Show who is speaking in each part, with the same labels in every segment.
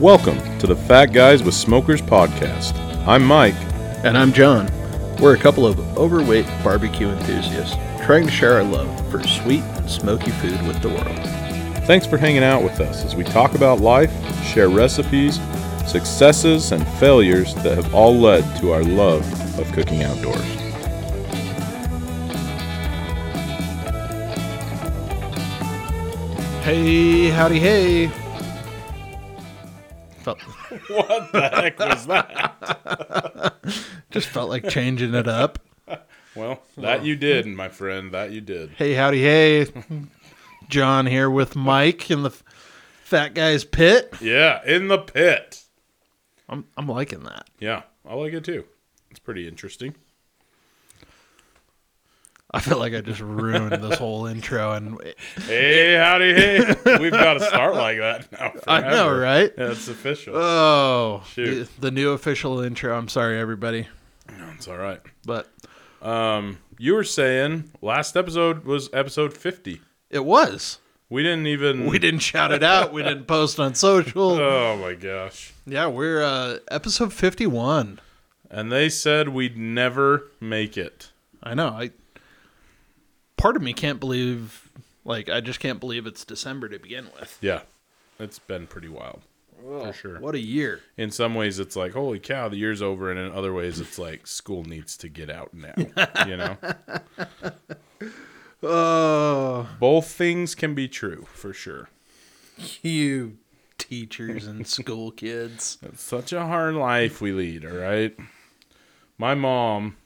Speaker 1: Welcome to the Fat Guys with Smokers podcast. I'm Mike.
Speaker 2: And I'm John. We're a couple of overweight barbecue enthusiasts trying to share our love for sweet and smoky food with the world.
Speaker 1: Thanks for hanging out with us as we talk about life, share recipes, successes, and failures that have all led to our love of cooking outdoors.
Speaker 2: Hey, howdy, hey. Felt,
Speaker 1: What the heck was that?
Speaker 2: just felt like changing it up.
Speaker 1: Well,
Speaker 2: Oh,
Speaker 1: that you did, my friend. That you did.
Speaker 2: Hey, howdy, hey. John here with Mike in the f- Fat Guy's Pit.
Speaker 1: Yeah, in the pit.
Speaker 2: I'm, I'm liking that.
Speaker 1: Yeah, I like it too. It's pretty interesting.
Speaker 2: I feel like I just ruined this whole intro, and
Speaker 1: Hey, howdy, hey. We've got to start like that now.
Speaker 2: I know,
Speaker 1: forever.
Speaker 2: right?
Speaker 1: Yeah, it's official.
Speaker 2: Oh,
Speaker 1: Shoot.
Speaker 2: The, the new official intro. I'm sorry, everybody,
Speaker 1: it's all right.
Speaker 2: but
Speaker 1: You were saying last episode was episode 50.
Speaker 2: it was.
Speaker 1: We didn't even.
Speaker 2: We didn't shout it out. We didn't post on social.
Speaker 1: Oh my gosh.
Speaker 2: Yeah, we're uh, episode 51.
Speaker 1: And they said we'd never make it.
Speaker 2: I know. I part of me can't believe. Like, I just can't believe it's December to begin with.
Speaker 1: Yeah. It's been pretty wild. for sure.
Speaker 2: What a year.
Speaker 1: In some ways, it's like, holy cow, the year's over. And in other ways, it's like, school needs to get out now. you know?
Speaker 2: Oh,
Speaker 1: Both things can be true for sure.
Speaker 2: you teachers and school kids.
Speaker 1: It's such a hard life we lead, all right? My mom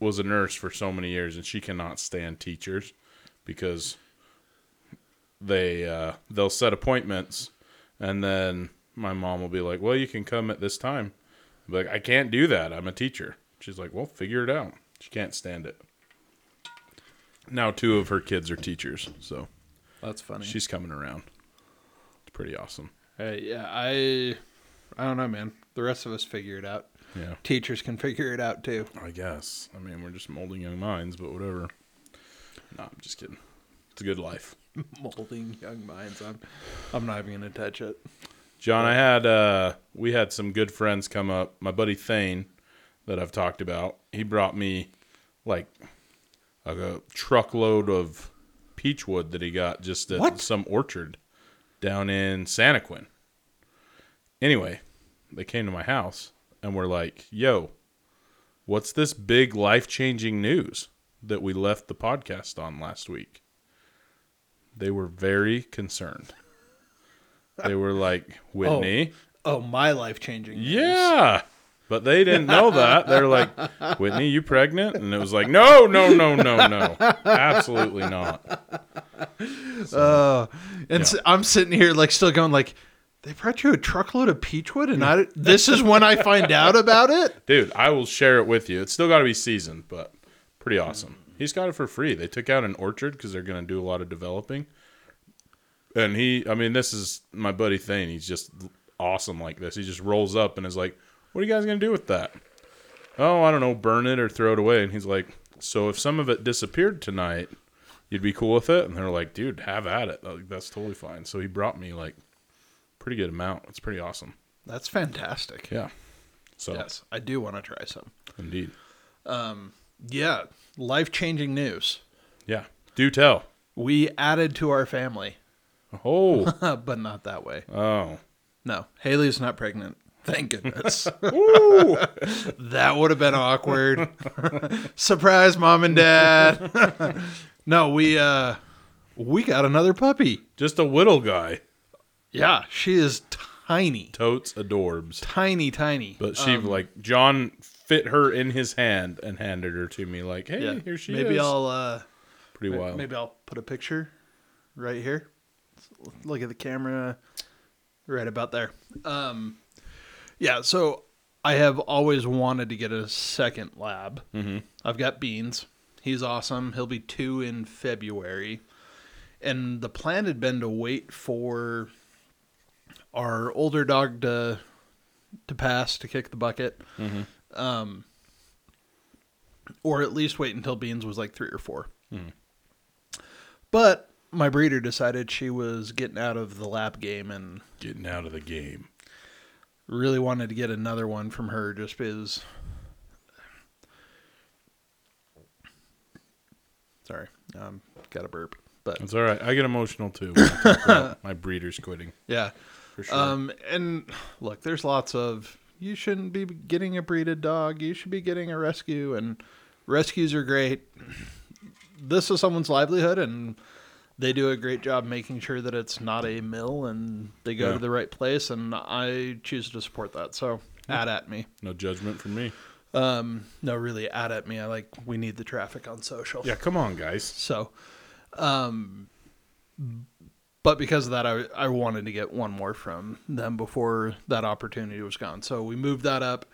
Speaker 1: was a nurse for so many years and she cannot stand teachers because they uh, they'll set appointments and then my mom will be like, "Well, you can come at this time." I'll be like, "I can't do that. I'm a teacher." She's like, "Well, figure it out." She can't stand it. Now two of her kids are teachers, so
Speaker 2: That's funny.
Speaker 1: she's coming around. It's pretty awesome.
Speaker 2: Uh, yeah, I, I don't know, man. The rest of us figure it out.
Speaker 1: Yeah.
Speaker 2: Teachers can figure it out too.
Speaker 1: I guess. I mean, we're just molding young minds, but whatever. No, I'm just kidding. It's a good life.
Speaker 2: Molding young minds. I'm, I'm not even gonna touch it.
Speaker 1: John, I had uh we had some good friends come up. My buddy Thane that I've talked about, he brought me like a, a truckload of peach wood that he got just at
Speaker 2: What?
Speaker 1: some orchard down in Santaquin. Anyway, they came to my house and were like, "Yo, what's this big life-changing news that we left the podcast on last week?" They were very concerned. They were like, "Whitney,
Speaker 2: Oh, my life changing.
Speaker 1: yeah. But they didn't know that. They're like, Whitney, you pregnant? And it was like, no, no, no, no, no. Absolutely not.
Speaker 2: Uh, and s I'm sitting here like still going like, they brought you a truckload of peachwood, and I this is when I find out about it.
Speaker 1: Dude, I will share it with you. It's still got to be seasoned, but pretty awesome. He's got it for free. They took out an orchard because they're going to do a lot of developing. And he, I mean, this is my buddy Thane. He's just awesome like this. He just rolls up and is like, what are you guys going to do with that? Oh, I don't know, burn it or throw it away. And he's like, so if some of it disappeared tonight, you'd be cool with it? And they're like, dude, have at it. Like, that's totally fine. So he brought me like pretty good amount. It's pretty awesome.
Speaker 2: That's fantastic.
Speaker 1: Yeah. So
Speaker 2: Yes, I do want to try some.
Speaker 1: indeed.
Speaker 2: Yeah, life changing news.
Speaker 1: Yeah. Do tell.
Speaker 2: We added to our family,
Speaker 1: Oh.
Speaker 2: but not that way.
Speaker 1: oh.
Speaker 2: No, Haley's not pregnant. Thank goodness.
Speaker 1: Ooh.
Speaker 2: that would have been awkward. Surprise, mom and dad. no, we uh, we got another puppy.
Speaker 1: Just a whittle guy.
Speaker 2: Yeah, she is tiny,
Speaker 1: Totes adorbs.
Speaker 2: tiny, tiny.
Speaker 1: But she like John fit her in his hand and handed her to me like, "Hey,
Speaker 2: yeah,
Speaker 1: here she
Speaker 2: maybe
Speaker 1: is."
Speaker 2: I'll uh,
Speaker 1: Pretty wild.
Speaker 2: maybe I'll put a picture right here. Look at the camera, right about there. Um, yeah. So I have always wanted to get a second lab. Mm-hmm. I've got Beans. He's awesome. He'll be two in February, and the plan had been to wait for our older dog to to pass to kick the bucket. Um, or at least wait until Beans was like three or 4 But my breeder decided she was getting out of the lap game and
Speaker 1: Getting out of the game.
Speaker 2: really wanted to get another one from her just because. Sorry, um, got a burp, but
Speaker 1: That's all right. I get emotional too. When I talk about my breeder's quitting
Speaker 2: yeah.
Speaker 1: for sure.
Speaker 2: Um, and look, there's lots of you shouldn't be getting a breeded dog. You should be getting a rescue, and rescues are great. This is someone's livelihood, and they do a great job making sure that it's not a mill and they go
Speaker 1: Yeah.
Speaker 2: to the right place. And I choose to support that. So add at me.
Speaker 1: no judgment from me.
Speaker 2: Um, no, really, add at me. I like we need the traffic on social.
Speaker 1: Yeah, come on, guys.
Speaker 2: So, um, but because of that, I, I wanted to get one more from them before that opportunity was gone. So we moved that up,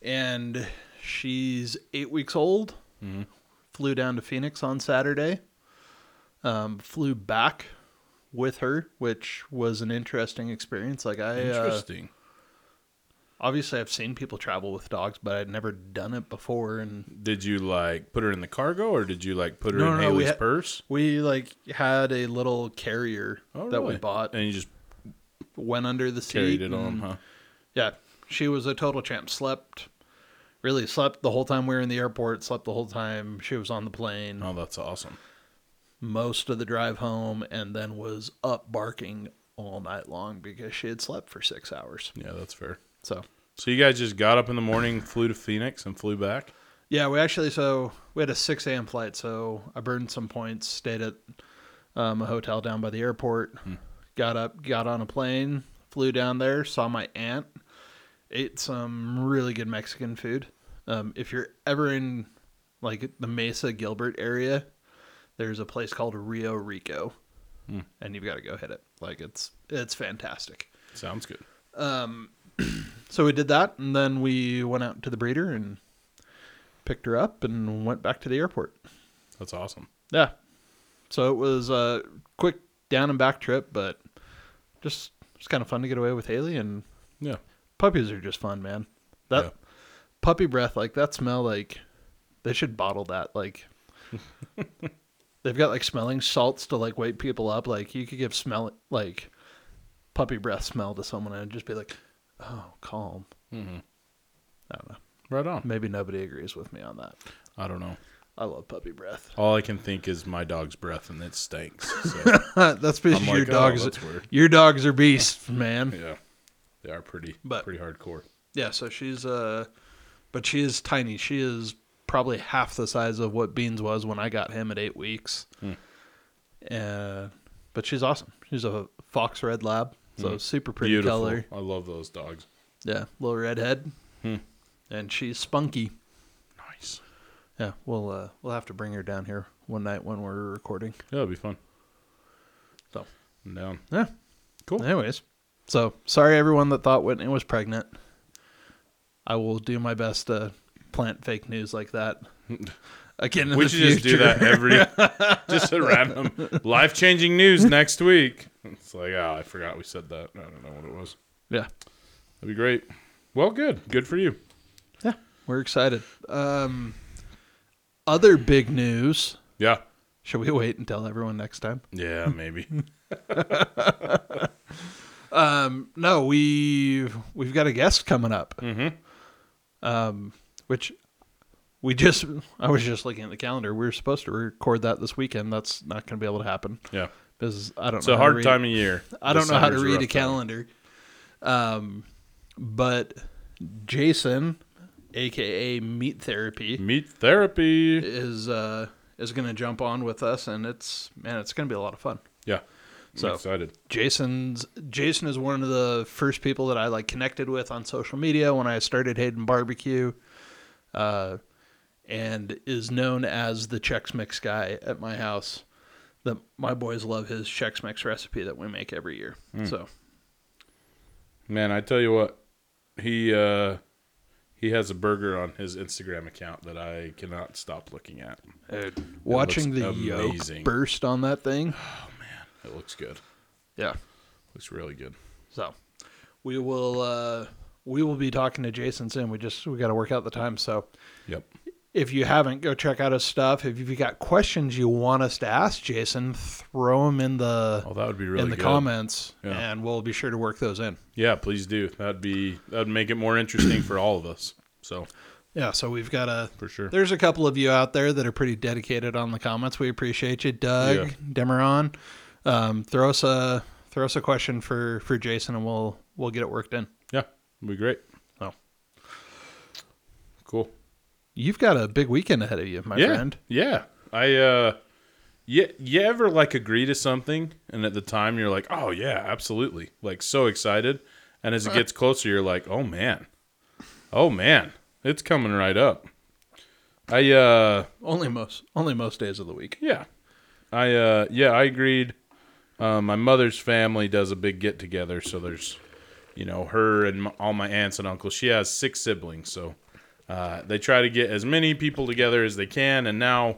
Speaker 2: and she's eight weeks old.
Speaker 1: Mm-hmm.
Speaker 2: Flew down to Phoenix on Saturday. Um, flew back with her, which was an interesting experience. Like I uh,
Speaker 1: Interesting.
Speaker 2: obviously I've seen people travel with dogs, but I'd never done it before, and
Speaker 1: Did you like put her in the cargo, or did you like put her
Speaker 2: No,
Speaker 1: in
Speaker 2: no, no, we
Speaker 1: Haley's
Speaker 2: had-
Speaker 1: purse?
Speaker 2: We like had a little carrier
Speaker 1: Oh,
Speaker 2: that we
Speaker 1: really?
Speaker 2: bought,
Speaker 1: and you just
Speaker 2: went under the seat.
Speaker 1: carried it on,
Speaker 2: and-
Speaker 1: huh?
Speaker 2: Yeah, she was a total champ. Slept, really slept the whole time we were in the airport. Slept the whole time she was on the plane.
Speaker 1: Oh, that's awesome.
Speaker 2: Most of the drive home, and then was up barking all night long because she had slept for six hours.
Speaker 1: Yeah, that's fair.
Speaker 2: So
Speaker 1: So you guys just got up in the morning, flew to Phoenix, and flew back.
Speaker 2: Yeah, we actually so we had a six a.m. flight, so I burned some points. Stayed at um, a hotel down by the airport. Got up, got on a plane, flew down there, saw my aunt, ate some really good Mexican food. Um, if you're ever in like the Mesa Gilbert area, there's a place called Rio Rico, and you've got to go hit it. Like it's it's fantastic.
Speaker 1: Sounds good.
Speaker 2: So we did that, and then we went out to the breeder and picked her up and went back to the airport.
Speaker 1: That's awesome.
Speaker 2: Yeah. So it was a quick down and back trip, but just it's kind of fun to get away with Haley and
Speaker 1: Yeah.
Speaker 2: puppies are just fun, man. That
Speaker 1: Yeah.
Speaker 2: puppy breath, like that smell, like they should bottle that. Like they've got like smelling salts to like wake people up. Like you could give smell like puppy breath smell to someone and just be like, oh, calm.
Speaker 1: hmm
Speaker 2: I don't know.
Speaker 1: Right on.
Speaker 2: Maybe nobody agrees with me on that.
Speaker 1: I don't know.
Speaker 2: I love puppy breath.
Speaker 1: All I can think is my dog's breath, and it stinks. So
Speaker 2: that's because
Speaker 1: I'm
Speaker 2: your
Speaker 1: like, oh,
Speaker 2: dogs,
Speaker 1: that's weird.
Speaker 2: your dogs are beasts, man.
Speaker 1: Yeah, they are pretty,
Speaker 2: But-
Speaker 1: pretty hardcore.
Speaker 2: Yeah, so she's uh but she is tiny. She is probably half the size of what Beans was when I got him at eight weeks.
Speaker 1: Hmm.
Speaker 2: Uh, but she's awesome. She's a fox red lab, so super pretty
Speaker 1: Hmm. Beautiful.
Speaker 2: color.
Speaker 1: I love those dogs.
Speaker 2: Yeah, little redhead,
Speaker 1: Hmm.
Speaker 2: and she's spunky.
Speaker 1: Nice.
Speaker 2: Yeah, we'll uh, we'll have to bring her down here one night when we're recording.
Speaker 1: Yeah, it'll be fun.
Speaker 2: So
Speaker 1: I'm down.
Speaker 2: yeah,
Speaker 1: Cool.
Speaker 2: Anyways, so sorry everyone that thought Whitney was pregnant. I will do my best to plant fake news like that again. In
Speaker 1: we
Speaker 2: the
Speaker 1: should just do
Speaker 2: future.
Speaker 1: that every just a random life changing news next week. It's like, oh, I forgot we said that. I don't know what it was.
Speaker 2: Yeah.
Speaker 1: That'd be great. Well, good. Good for you.
Speaker 2: Yeah. We're excited. Um, other big news.
Speaker 1: Yeah.
Speaker 2: Should we wait and tell everyone next time?
Speaker 1: Yeah, maybe.
Speaker 2: Um, no, we we've got a guest coming up.
Speaker 1: Mm-hmm.
Speaker 2: Um, which we just I was just looking at the calendar. We were supposed to record that this weekend. That's not going to be able to happen
Speaker 1: yeah.
Speaker 2: because I don't.
Speaker 1: It's
Speaker 2: know
Speaker 1: a
Speaker 2: how to
Speaker 1: hard
Speaker 2: read-
Speaker 1: time of year.
Speaker 2: I don't know how to
Speaker 1: December's
Speaker 2: read
Speaker 1: rough
Speaker 2: a
Speaker 1: time.
Speaker 2: calendar. Um, but Jason, aka Meat Therapy,
Speaker 1: Meat therapy.
Speaker 2: is uh is going to jump on with us and it's man it's going to be a lot of fun
Speaker 1: Yeah. So
Speaker 2: So-
Speaker 1: excited.
Speaker 2: jason's jason is one of the first people that i like connected with on social media when i started hayden barbecue uh and is known as the chex mix guy at my house that my boys love his chex mix recipe that we make every year
Speaker 1: Hmm.
Speaker 2: so
Speaker 1: Man, I tell you what, he uh he has a burger on his Instagram account that I cannot stop looking at.
Speaker 2: watching the
Speaker 1: looks amazing.
Speaker 2: yolk burst on that thing
Speaker 1: It looks good.
Speaker 2: yeah
Speaker 1: Looks really good.
Speaker 2: So we will uh we will be talking to Jason soon. We just we gotta work out the time. So
Speaker 1: Yep.
Speaker 2: If you haven't, go check out his stuff. If you've got questions you want us to ask Jason, throw them in the
Speaker 1: Oh, that would be really
Speaker 2: in the
Speaker 1: good.
Speaker 2: comments,
Speaker 1: Yeah.
Speaker 2: and we'll be sure to work those in.
Speaker 1: Yeah, please do. That'd be that'd make it more interesting for all of us. So
Speaker 2: Yeah, so we've got a.
Speaker 1: for sure.
Speaker 2: There's a couple of you out there that are pretty dedicated on the comments. We appreciate you, Doug
Speaker 1: Yeah.
Speaker 2: Demeron. Um, throw us a throw us a question for for Jason, and we'll we'll get it worked in.
Speaker 1: Yeah, it'd be great.
Speaker 2: Oh.
Speaker 1: cool.
Speaker 2: You've got a big weekend ahead of you, my
Speaker 1: yeah,
Speaker 2: friend.
Speaker 1: yeah. I uh, you you ever like agree to something, and at the time you're like, oh yeah, absolutely, like so excited, and
Speaker 2: Uh-huh.
Speaker 1: as it gets closer, you're like, oh man, oh man, it's coming right up. I uh,
Speaker 2: Only most only most days of the week.
Speaker 1: Yeah. I uh yeah, I agreed. Um, my mother's family does a big get together, so there's you know, her and m all my aunts and uncles. She has six siblings, so uh, they try to get as many people together as they can and now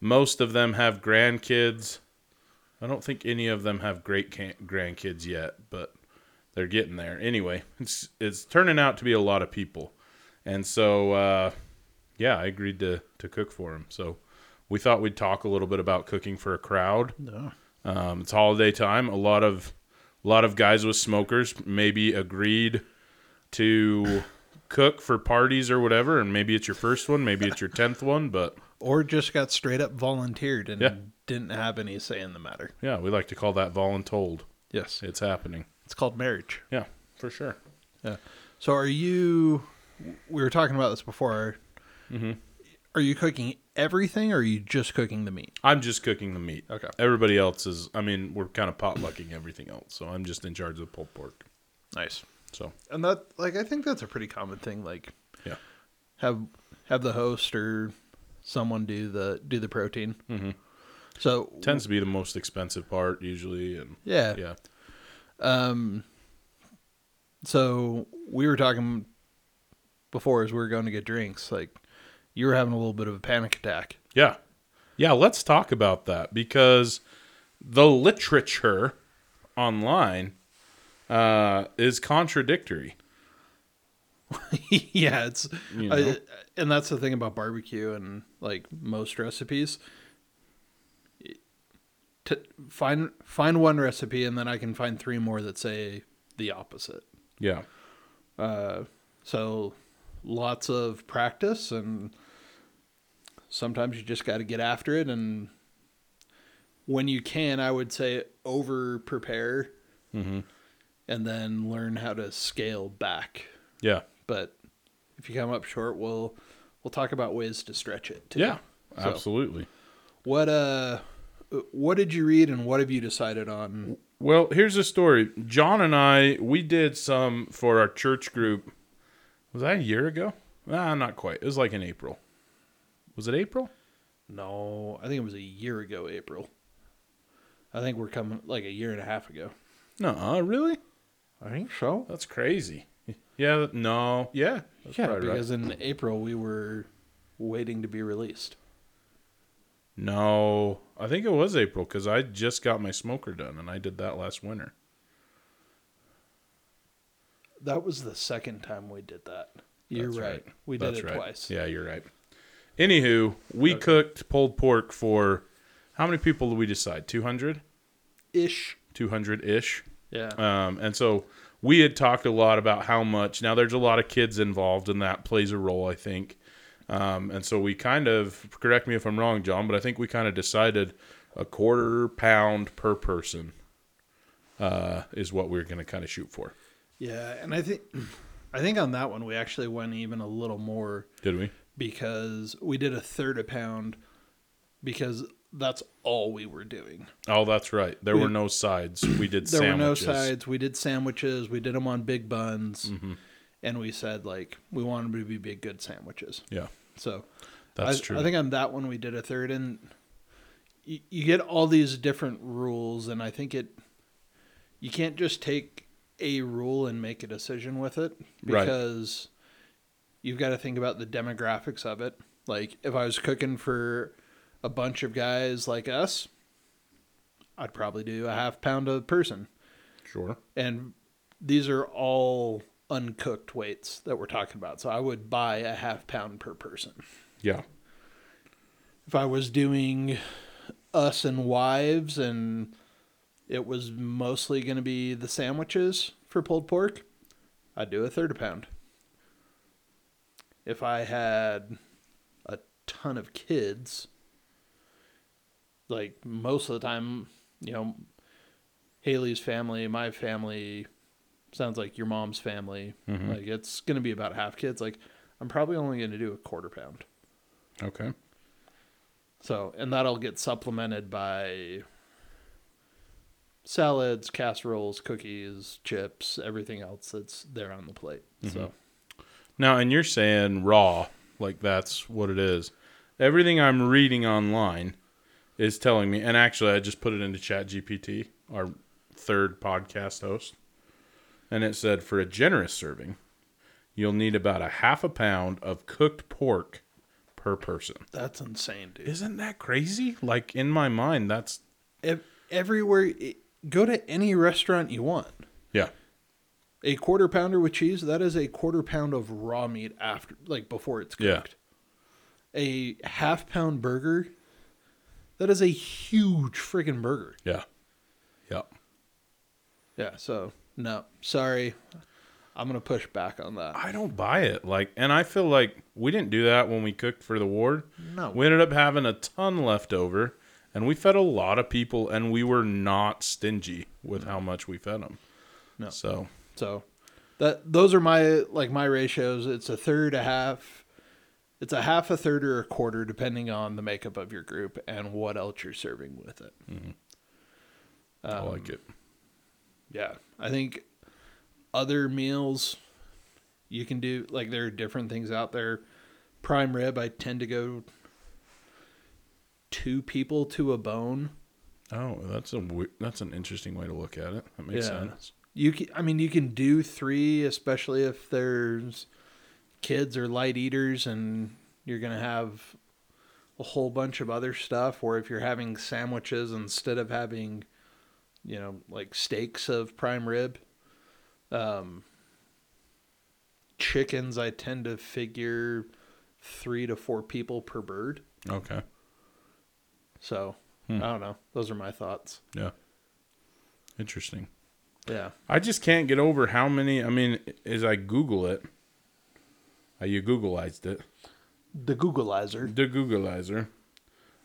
Speaker 1: most of them have grandkids. I don't think any of them have great can- grandkids yet, but they're getting there. Anyway, it's it's turning out to be a lot of people. And so uh yeah, I agreed to to cook for him. So we thought we'd talk a little bit about cooking for a crowd.
Speaker 2: No.
Speaker 1: Um, it's holiday time. A lot of a lot of guys with smokers maybe agreed to cook for parties or whatever, and maybe it's your first one, maybe it's your tenth one, but
Speaker 2: Or just got straight up volunteered and
Speaker 1: Yeah.
Speaker 2: didn't have any say in the matter.
Speaker 1: yeah, we like to call that voluntold.
Speaker 2: Yes.
Speaker 1: It's happening.
Speaker 2: It's called marriage.
Speaker 1: Yeah, for sure.
Speaker 2: Yeah. So are you we were talking about this before.
Speaker 1: Mm-hmm.
Speaker 2: Are you cooking everything or are you just cooking the meat?
Speaker 1: I'm just cooking the meat.
Speaker 2: Okay.
Speaker 1: Everybody else is I mean, we're kind of potlucking everything else, so I'm just in charge of pulled pork.
Speaker 2: Nice.
Speaker 1: So
Speaker 2: And that like I think that's a pretty common thing like
Speaker 1: yeah.
Speaker 2: have have the host or someone do the do the protein.
Speaker 1: Mm-hmm.
Speaker 2: Mhm. So
Speaker 1: Tends to be the most expensive part usually and
Speaker 2: yeah.
Speaker 1: yeah.
Speaker 2: Um, so we were talking before as we were going to get drinks, like you were having a little bit of a panic attack.
Speaker 1: Yeah. Yeah, let's talk about that because the literature online uh, is contradictory.
Speaker 2: yeah, it's
Speaker 1: You know.
Speaker 2: I- and that's the thing about barbecue and like most recipes. To find find one recipe and then I can find three more that say the opposite.
Speaker 1: Yeah.
Speaker 2: So lots of practice and sometimes you just got to get after it and when you can I would say over prepare Mm-hmm. and then learn how to scale back.
Speaker 1: Yeah.
Speaker 2: But if you come up short we'll we'll talk about ways to stretch it. too.
Speaker 1: Yeah.
Speaker 2: So-
Speaker 1: Absolutely.
Speaker 2: What uh what did you read and what have you decided on?
Speaker 1: Well, here's the story. John and I, we did some for our church group. Was that a year ago? Nah, not quite. It was like in April. Was it April?
Speaker 2: No, I think it was a year ago April. I think we're coming like a year and a half ago.
Speaker 1: No, really?
Speaker 2: I think so.
Speaker 1: That's crazy. Yeah, no. Yeah. That's
Speaker 2: yeah,
Speaker 1: probably right.
Speaker 2: because in April we were waiting to be released.
Speaker 1: No, I think it was April because I just got my smoker done and I did that last winter.
Speaker 2: That was the second time we did that. You're
Speaker 1: That's
Speaker 2: right. We did
Speaker 1: That's
Speaker 2: it
Speaker 1: right.
Speaker 2: twice.
Speaker 1: Yeah, you're right. Anywho, we cooked pulled pork for how many people did we decide? 200?
Speaker 2: Ish.
Speaker 1: 200 ish.
Speaker 2: Yeah.
Speaker 1: Um, and so we had talked a lot about how much. Now there's a lot of kids involved, and that plays a role, I think. Um, and so we kind of correct me if I'm wrong, John, but I think we kind of decided a quarter pound per person uh, is what we're going to kind of shoot for.
Speaker 2: yeah, and I think I think on that one we actually went even a little more
Speaker 1: Did we?
Speaker 2: because we did a third a pound because that's all we were doing.
Speaker 1: Oh, that's right. There were no sides. We did
Speaker 2: There
Speaker 1: sandwiches. Mm-hmm.
Speaker 2: were no sides. We did sandwiches. We did them on big buns, and we said like we wanted them to be big, good sandwiches.
Speaker 1: Yeah,
Speaker 2: So
Speaker 1: that's
Speaker 2: I,
Speaker 1: true.
Speaker 2: I think on that one we did a third, and you, you get all these different rules, and I think it you can't just take a rule and make a decision with it
Speaker 1: Right.
Speaker 2: because you've got to think about the demographics of it. Like if I was cooking for a bunch of guys like us, I'd probably do a half pound a person,
Speaker 1: sure.
Speaker 2: and these are all uncooked weights that we're talking about. So I would buy a half pound per person.
Speaker 1: Yeah.
Speaker 2: if I was doing us and wives and it was mostly going to be the sandwiches for pulled pork, I'd do a third a pound. If I had a ton of kids, like most of the time, you know, Haley's family, my family, sounds like your mom's family. Like it's going to be about half kids. Like I'm probably only going to do a quarter pound.
Speaker 1: Okay.
Speaker 2: So, and that'll get supplemented by salads, casseroles, cookies, chips, everything else that's there on the plate. So,
Speaker 1: Now, and you're saying raw, like that's what it is. Everything I'm reading online is telling me, and actually, I just put it into ChatGPT, our third podcast host, and it said for a generous serving, you'll need about a half a pound of cooked pork per person.
Speaker 2: that's insane, dude.
Speaker 1: Isn't that crazy? Like, in my mind, that's,
Speaker 2: Ev- everywhere, i- go to any restaurant you want.
Speaker 1: yeah.
Speaker 2: A quarter pounder with cheese, that is a quarter pound of raw meat after, like before it's
Speaker 1: Yeah.
Speaker 2: cooked. A half pound burger, that is a huge friggin' burger.
Speaker 1: Yeah. Yep.
Speaker 2: Yeah. So, no, sorry. I'm going to push back on that.
Speaker 1: I don't buy it. Like, and I feel like we didn't do that when we cooked for the ward.
Speaker 2: No.
Speaker 1: we ended up having a ton left over, and we fed a lot of people, and we were not stingy with how much we fed them.
Speaker 2: No.
Speaker 1: So
Speaker 2: So that those are my like my ratios. It's a third, a half, it's a half, a third, or a quarter, depending on the makeup of your group and what else you're serving with it.
Speaker 1: I like it.
Speaker 2: Yeah, I think other meals you can do like there are different things out there. Prime rib, I tend to go two people to a bone.
Speaker 1: Oh, that's a w- that's an interesting way to look at it. That makes sense.
Speaker 2: You can, I mean, you can do three, especially if there's kids or light eaters, and you're gonna have a whole bunch of other stuff. Or if you're having sandwiches instead of having, you know, like steaks of prime rib, um, chickens. I tend to figure three to four people per bird.
Speaker 1: Okay.
Speaker 2: So
Speaker 1: Hmm.
Speaker 2: I don't know. Those are my thoughts.
Speaker 1: Yeah. Interesting.
Speaker 2: Yeah.
Speaker 1: I just can't get over how many. I mean, as I Google it, I you Googleized it.
Speaker 2: The Googleizer.
Speaker 1: The Googleizer.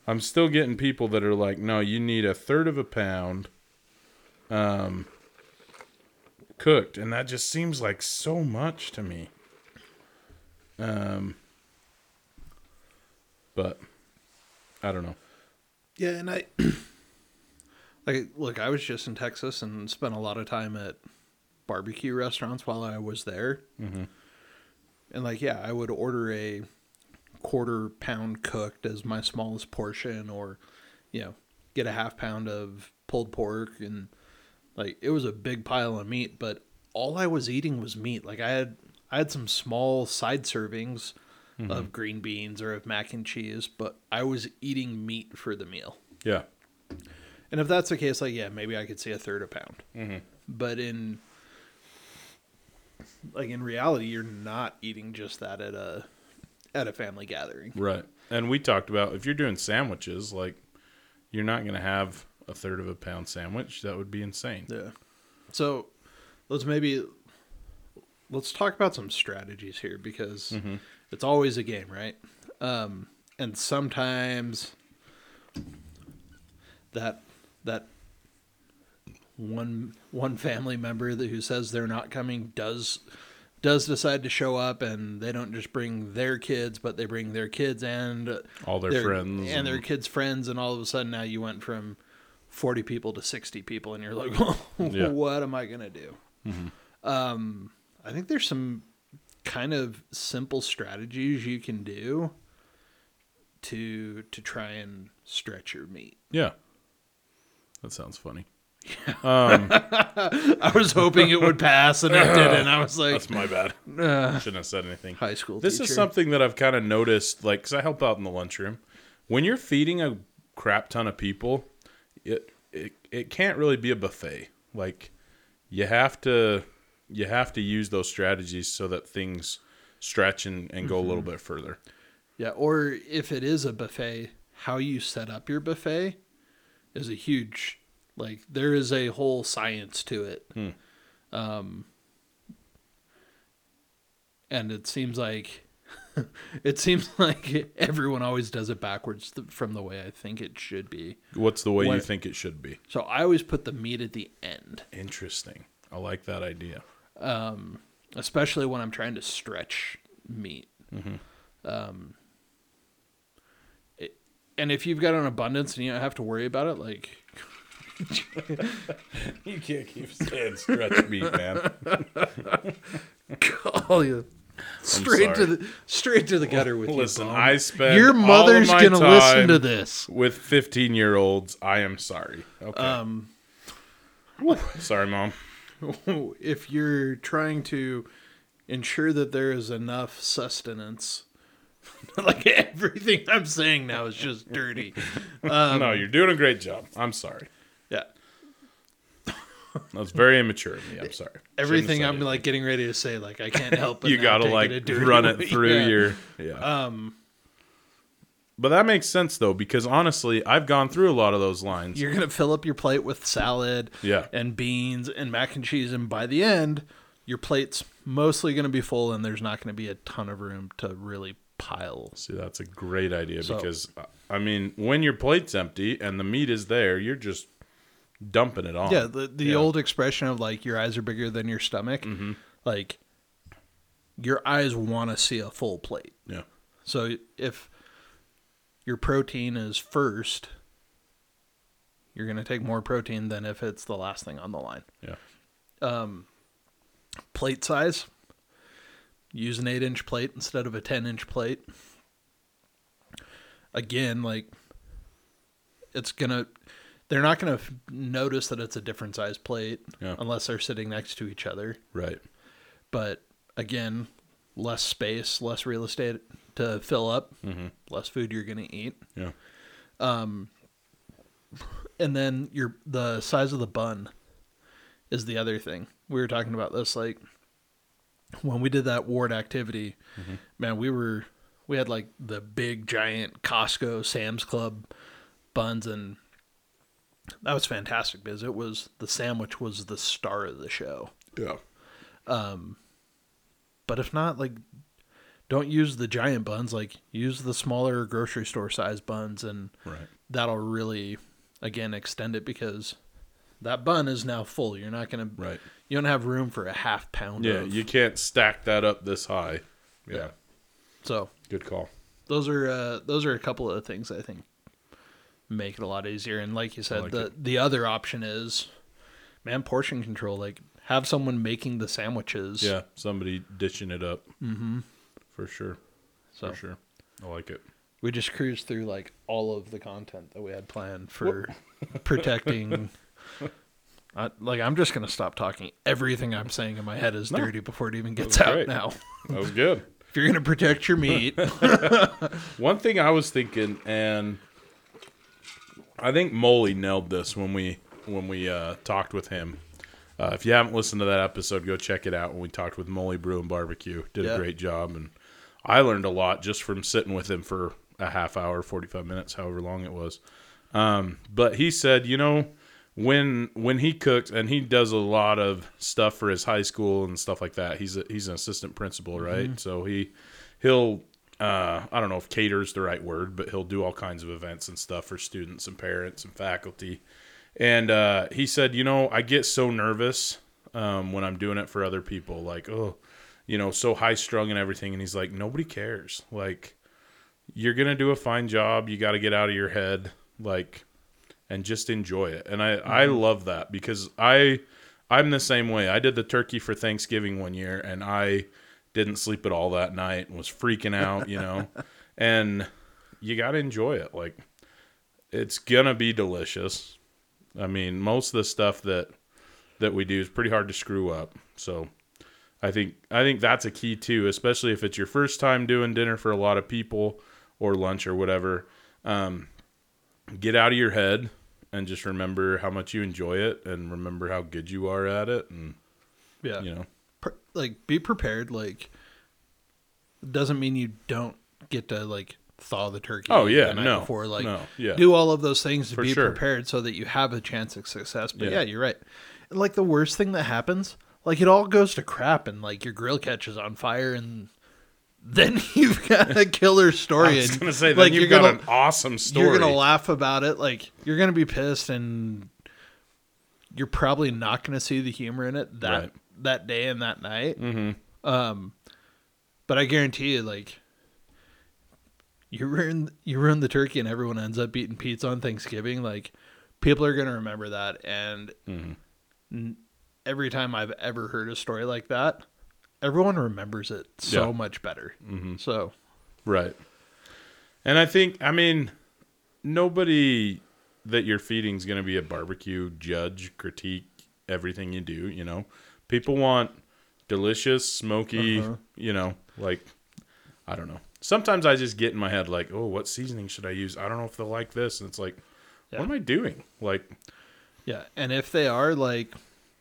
Speaker 1: I'm still getting people that are like, no, you need a third of a pound um, cooked. And that just seems like so much to me. Um, but I don't know.
Speaker 2: Yeah, and I like look, I was just in Texas and spent a lot of time at barbecue restaurants while I was there.
Speaker 1: Mhm.
Speaker 2: And like, yeah, I would order a quarter pound cooked as my smallest portion, or you know, get a half pound of pulled pork, and like it was a big pile of meat. But all I was eating was meat. Like I had I had some small side servings of green beans or of mac and cheese, but I was eating meat for the meal.
Speaker 1: Yeah.
Speaker 2: And if that's the case, like yeah, maybe I could see a third a pound. But in like in reality, you're not eating just that at a at a family gathering.
Speaker 1: Right. And we talked about if you're doing sandwiches, like, you're not going to have a third of a pound sandwich. That would be insane.
Speaker 2: Yeah. So let's maybe let's talk about some strategies here because
Speaker 1: Mm-hmm.
Speaker 2: it's always a game, right? Um, and sometimes that that one one family member that, who says they're not coming does does decide to show up and they don't just bring their kids but they bring their kids and
Speaker 1: All their friends
Speaker 2: and their
Speaker 1: and-
Speaker 2: kids friends and all of a sudden now you went from 40 people to 60 people and you're like
Speaker 1: Yeah. Mm-hmm.
Speaker 2: what am i going to do um, i think there's some kind of simple strategies you can do to to try and stretch your meat
Speaker 1: Yeah. That sounds funny.
Speaker 2: i was hoping it would pass and it didn't i was like
Speaker 1: That's my bad. Shouldn't have said anything.
Speaker 2: high school
Speaker 1: This
Speaker 2: teacher.
Speaker 1: is something that I've kind of noticed, like, because I help out in the lunchroom. When you're feeding a crap ton of people, it, it it can't really be a buffet. Like, you have to you have to use those strategies so that Mm-hmm. things stretch and, and go a little bit further.
Speaker 2: yeah or if it is a buffet how you set up your buffet is a huge like there is a whole science to it. Um and it seems like it seems like everyone always does it backwards th- from the way I think it should be.
Speaker 1: What's the way you
Speaker 2: What-
Speaker 1: think it should be?
Speaker 2: So I always put the meat at the end,
Speaker 1: Interesting. I like that idea.
Speaker 2: especially when I'm trying to stretch meat. Um, it, and if you've got an abundance and you don't have to worry about it, like
Speaker 1: You can't keep saying stretch meat, man.
Speaker 2: call you oh, straight to
Speaker 1: sorry.
Speaker 2: the straight to the gutter with
Speaker 1: Listen,
Speaker 2: you. bum.
Speaker 1: I spent
Speaker 2: Your mother's
Speaker 1: all of
Speaker 2: gonna
Speaker 1: my
Speaker 2: listen to
Speaker 1: time
Speaker 2: this.
Speaker 1: with fifteen-year-olds. I am sorry. Okay,
Speaker 2: Um,
Speaker 1: sorry, mom.
Speaker 2: if you're trying to ensure that there is enough sustenance like everything i'm saying now is just dirty
Speaker 1: no, you're doing a great job. I'm sorry.
Speaker 2: yeah
Speaker 1: That was very immature of me. I'm sorry. Shouldn't have
Speaker 2: everything
Speaker 1: said
Speaker 2: i'm
Speaker 1: it.
Speaker 2: like getting ready to say like i can't help but
Speaker 1: you
Speaker 2: now
Speaker 1: gotta
Speaker 2: take
Speaker 1: like
Speaker 2: it a dirty
Speaker 1: run it
Speaker 2: way.
Speaker 1: through
Speaker 2: Yeah.
Speaker 1: your yeah. Um, but that makes sense though because honestly, I've gone through a lot of those lines.
Speaker 2: you're gonna fill up your plate with salad
Speaker 1: Yeah.
Speaker 2: and beans and mac and cheese and by the end your plate's mostly gonna be full and there's not gonna be a ton of room to really pile
Speaker 1: See, that's a great idea
Speaker 2: So-
Speaker 1: because uh, I mean, when your plate's empty and the meat is there, you're just dumping it on.
Speaker 2: Yeah, the the
Speaker 1: Yeah. Mm-hmm.
Speaker 2: old expression of like your eyes are bigger than your stomach, like your eyes want to see a full plate.
Speaker 1: yeah.
Speaker 2: So if your protein is first, you're gonna take more protein than if it's the last thing on the line.
Speaker 1: Yeah.
Speaker 2: Plate size, use an eight inch plate instead of a ten inch plate. Again, like it's gonna they're not gonna f- notice that it's a different size plate
Speaker 1: Yeah.
Speaker 2: unless they're sitting next to each other.
Speaker 1: Right.
Speaker 2: but again, less space, less real estate to fill up, less food you're going to eat,
Speaker 1: Yeah.
Speaker 2: and then your the size of the bun is the other thing. We were talking about this like when we did that ward activity, man, we were we had like the big giant Costco, Sam's Club buns and that was fantastic because it was the sandwich was the star of the show.
Speaker 1: Yeah.
Speaker 2: But if not, like, don't use the giant buns. Like, use the smaller grocery store size buns, and
Speaker 1: Right.
Speaker 2: that'll really, again, extend it because that bun is now full. You're not gonna
Speaker 1: Right.
Speaker 2: You don't have room for a half pound.
Speaker 1: Yeah.
Speaker 2: of-
Speaker 1: You can't stack that up this high. Yeah.
Speaker 2: Yeah. so
Speaker 1: Good call.
Speaker 2: those are uh, those are a couple of the things I think make it a lot easier. And like you said,
Speaker 1: like
Speaker 2: the the other option is, man, portion control. Like, have someone making the sandwiches.
Speaker 1: Yeah. Somebody dishing it up. Mm-hmm. For sure.
Speaker 2: So
Speaker 1: For sure. I like it.
Speaker 2: we just cruised through like all of the content that we had planned for protecting I, like i'm just gonna stop talking everything i'm saying in my head is dirty before it even gets
Speaker 1: was
Speaker 2: out
Speaker 1: great.
Speaker 2: now
Speaker 1: That was good.
Speaker 2: if you're gonna protect your meat
Speaker 1: One thing I was thinking, and I think Moley nailed this when we when we uh, talked with him. Uh, if you haven't listened to that episode, go check it out. When we talked with Moley Brew and Barbecue, did
Speaker 2: Yeah.
Speaker 1: a great job, and I learned a lot just from sitting with him for a half hour, forty five minutes, however long it was. Um, but he said, you know, when when he cooks, and he does a lot of stuff for his high school and stuff like that. He's a, he's an assistant principal, right? So he he'll uh, I don't know if caters the right word, but he'll do all kinds of events and stuff for students and parents and faculty. And uh, he said, you know, I get so nervous um, when I'm doing it for other people, like oh, you know, so high strung and everything. And he's like, nobody cares, like you're gonna do a fine job. You got to get out of your head, like, and just enjoy it. And I I love that because I I'm the same way. I did the turkey for Thanksgiving one year, and I didn't sleep at all that night and was freaking out, you know. and you got to enjoy it. Like, it's gonna be delicious. I mean, most of the stuff that that we do is pretty hard to screw up. So I think I think that's a key too, especially if it's your first time doing dinner for a lot of people or lunch or whatever. Um, get out of your head and just remember how much you enjoy it and remember how good you are at it and
Speaker 2: yeah
Speaker 1: you know
Speaker 2: Pre- like be prepared like doesn't mean you don't get to like thaw the turkey.
Speaker 1: Oh, yeah,
Speaker 2: the night
Speaker 1: no,
Speaker 2: before, like
Speaker 1: no, yeah.
Speaker 2: do all of those things to
Speaker 1: For
Speaker 2: be
Speaker 1: sure.
Speaker 2: prepared so that you have a chance of success. But
Speaker 1: Yeah.
Speaker 2: yeah. you're right. And, like the worst thing that happens, like it all goes to crap, and like your grill catches on fire, and then you've got a killer story.
Speaker 1: I was
Speaker 2: and,
Speaker 1: gonna say, then
Speaker 2: like
Speaker 1: you've
Speaker 2: you're
Speaker 1: got
Speaker 2: gonna
Speaker 1: an awesome story.
Speaker 2: you're gonna laugh about it. Like you're gonna be pissed, and you're probably not gonna see the humor in it that
Speaker 1: Right. Mm-hmm.
Speaker 2: that day and that night. Um, but I guarantee you, like you ruin you ruin the turkey, and everyone ends up eating pizza on Thanksgiving. Like people are gonna remember that, and
Speaker 1: Mm-hmm.
Speaker 2: n- every time I've ever heard a story like that. Everyone remembers it so
Speaker 1: Yeah. Mm-hmm.
Speaker 2: much better. So
Speaker 1: Right. And I think, I mean, nobody that you're feeding is going to be a barbecue judge, critique everything you do, you know? People want delicious, smoky,
Speaker 2: Uh-huh.
Speaker 1: you know, like, I don't know. Sometimes I just get in my head, like, oh, what seasoning should I use? I don't know if they'll like this. And it's like,
Speaker 2: Yeah.
Speaker 1: what am I doing? Like,
Speaker 2: Yeah, and if they are like,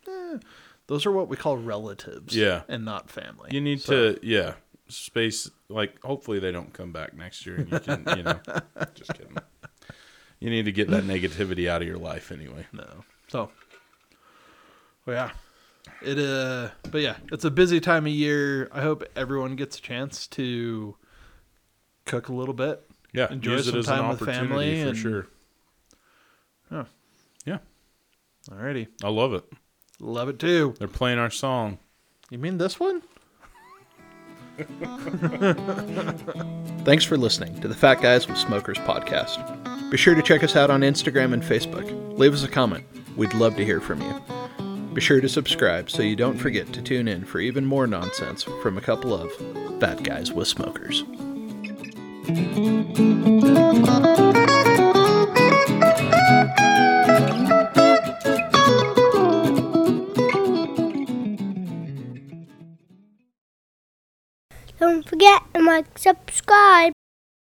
Speaker 2: eh, those are what we call relatives.
Speaker 1: Yeah.
Speaker 2: and not family.
Speaker 1: you need
Speaker 2: So,
Speaker 1: to, yeah, space. Like, hopefully they don't come back next year and you can, you know, just kidding. You need to get that negativity out of your life anyway.
Speaker 2: no. So, well, yeah, it uh, but yeah, it's a busy time of year. I hope everyone gets a chance to cook a little bit.
Speaker 1: Yeah,
Speaker 2: Enjoy
Speaker 1: use it
Speaker 2: some
Speaker 1: as an
Speaker 2: time with
Speaker 1: opportunity
Speaker 2: family
Speaker 1: for
Speaker 2: and-
Speaker 1: sure.
Speaker 2: Yeah.
Speaker 1: Yeah,
Speaker 2: Alrighty,
Speaker 1: I love it.
Speaker 2: love it too.
Speaker 1: They're playing our song.
Speaker 2: You mean this one? Thanks for listening to the Fat Guys with Smokers podcast. Be sure to check us out on Instagram and Facebook. Leave us a comment. We'd love to hear from you. Be sure to subscribe so you don't forget to tune in for even more nonsense from a couple of Fat Guys with Smokers.
Speaker 3: Don't forget to like, subscribe.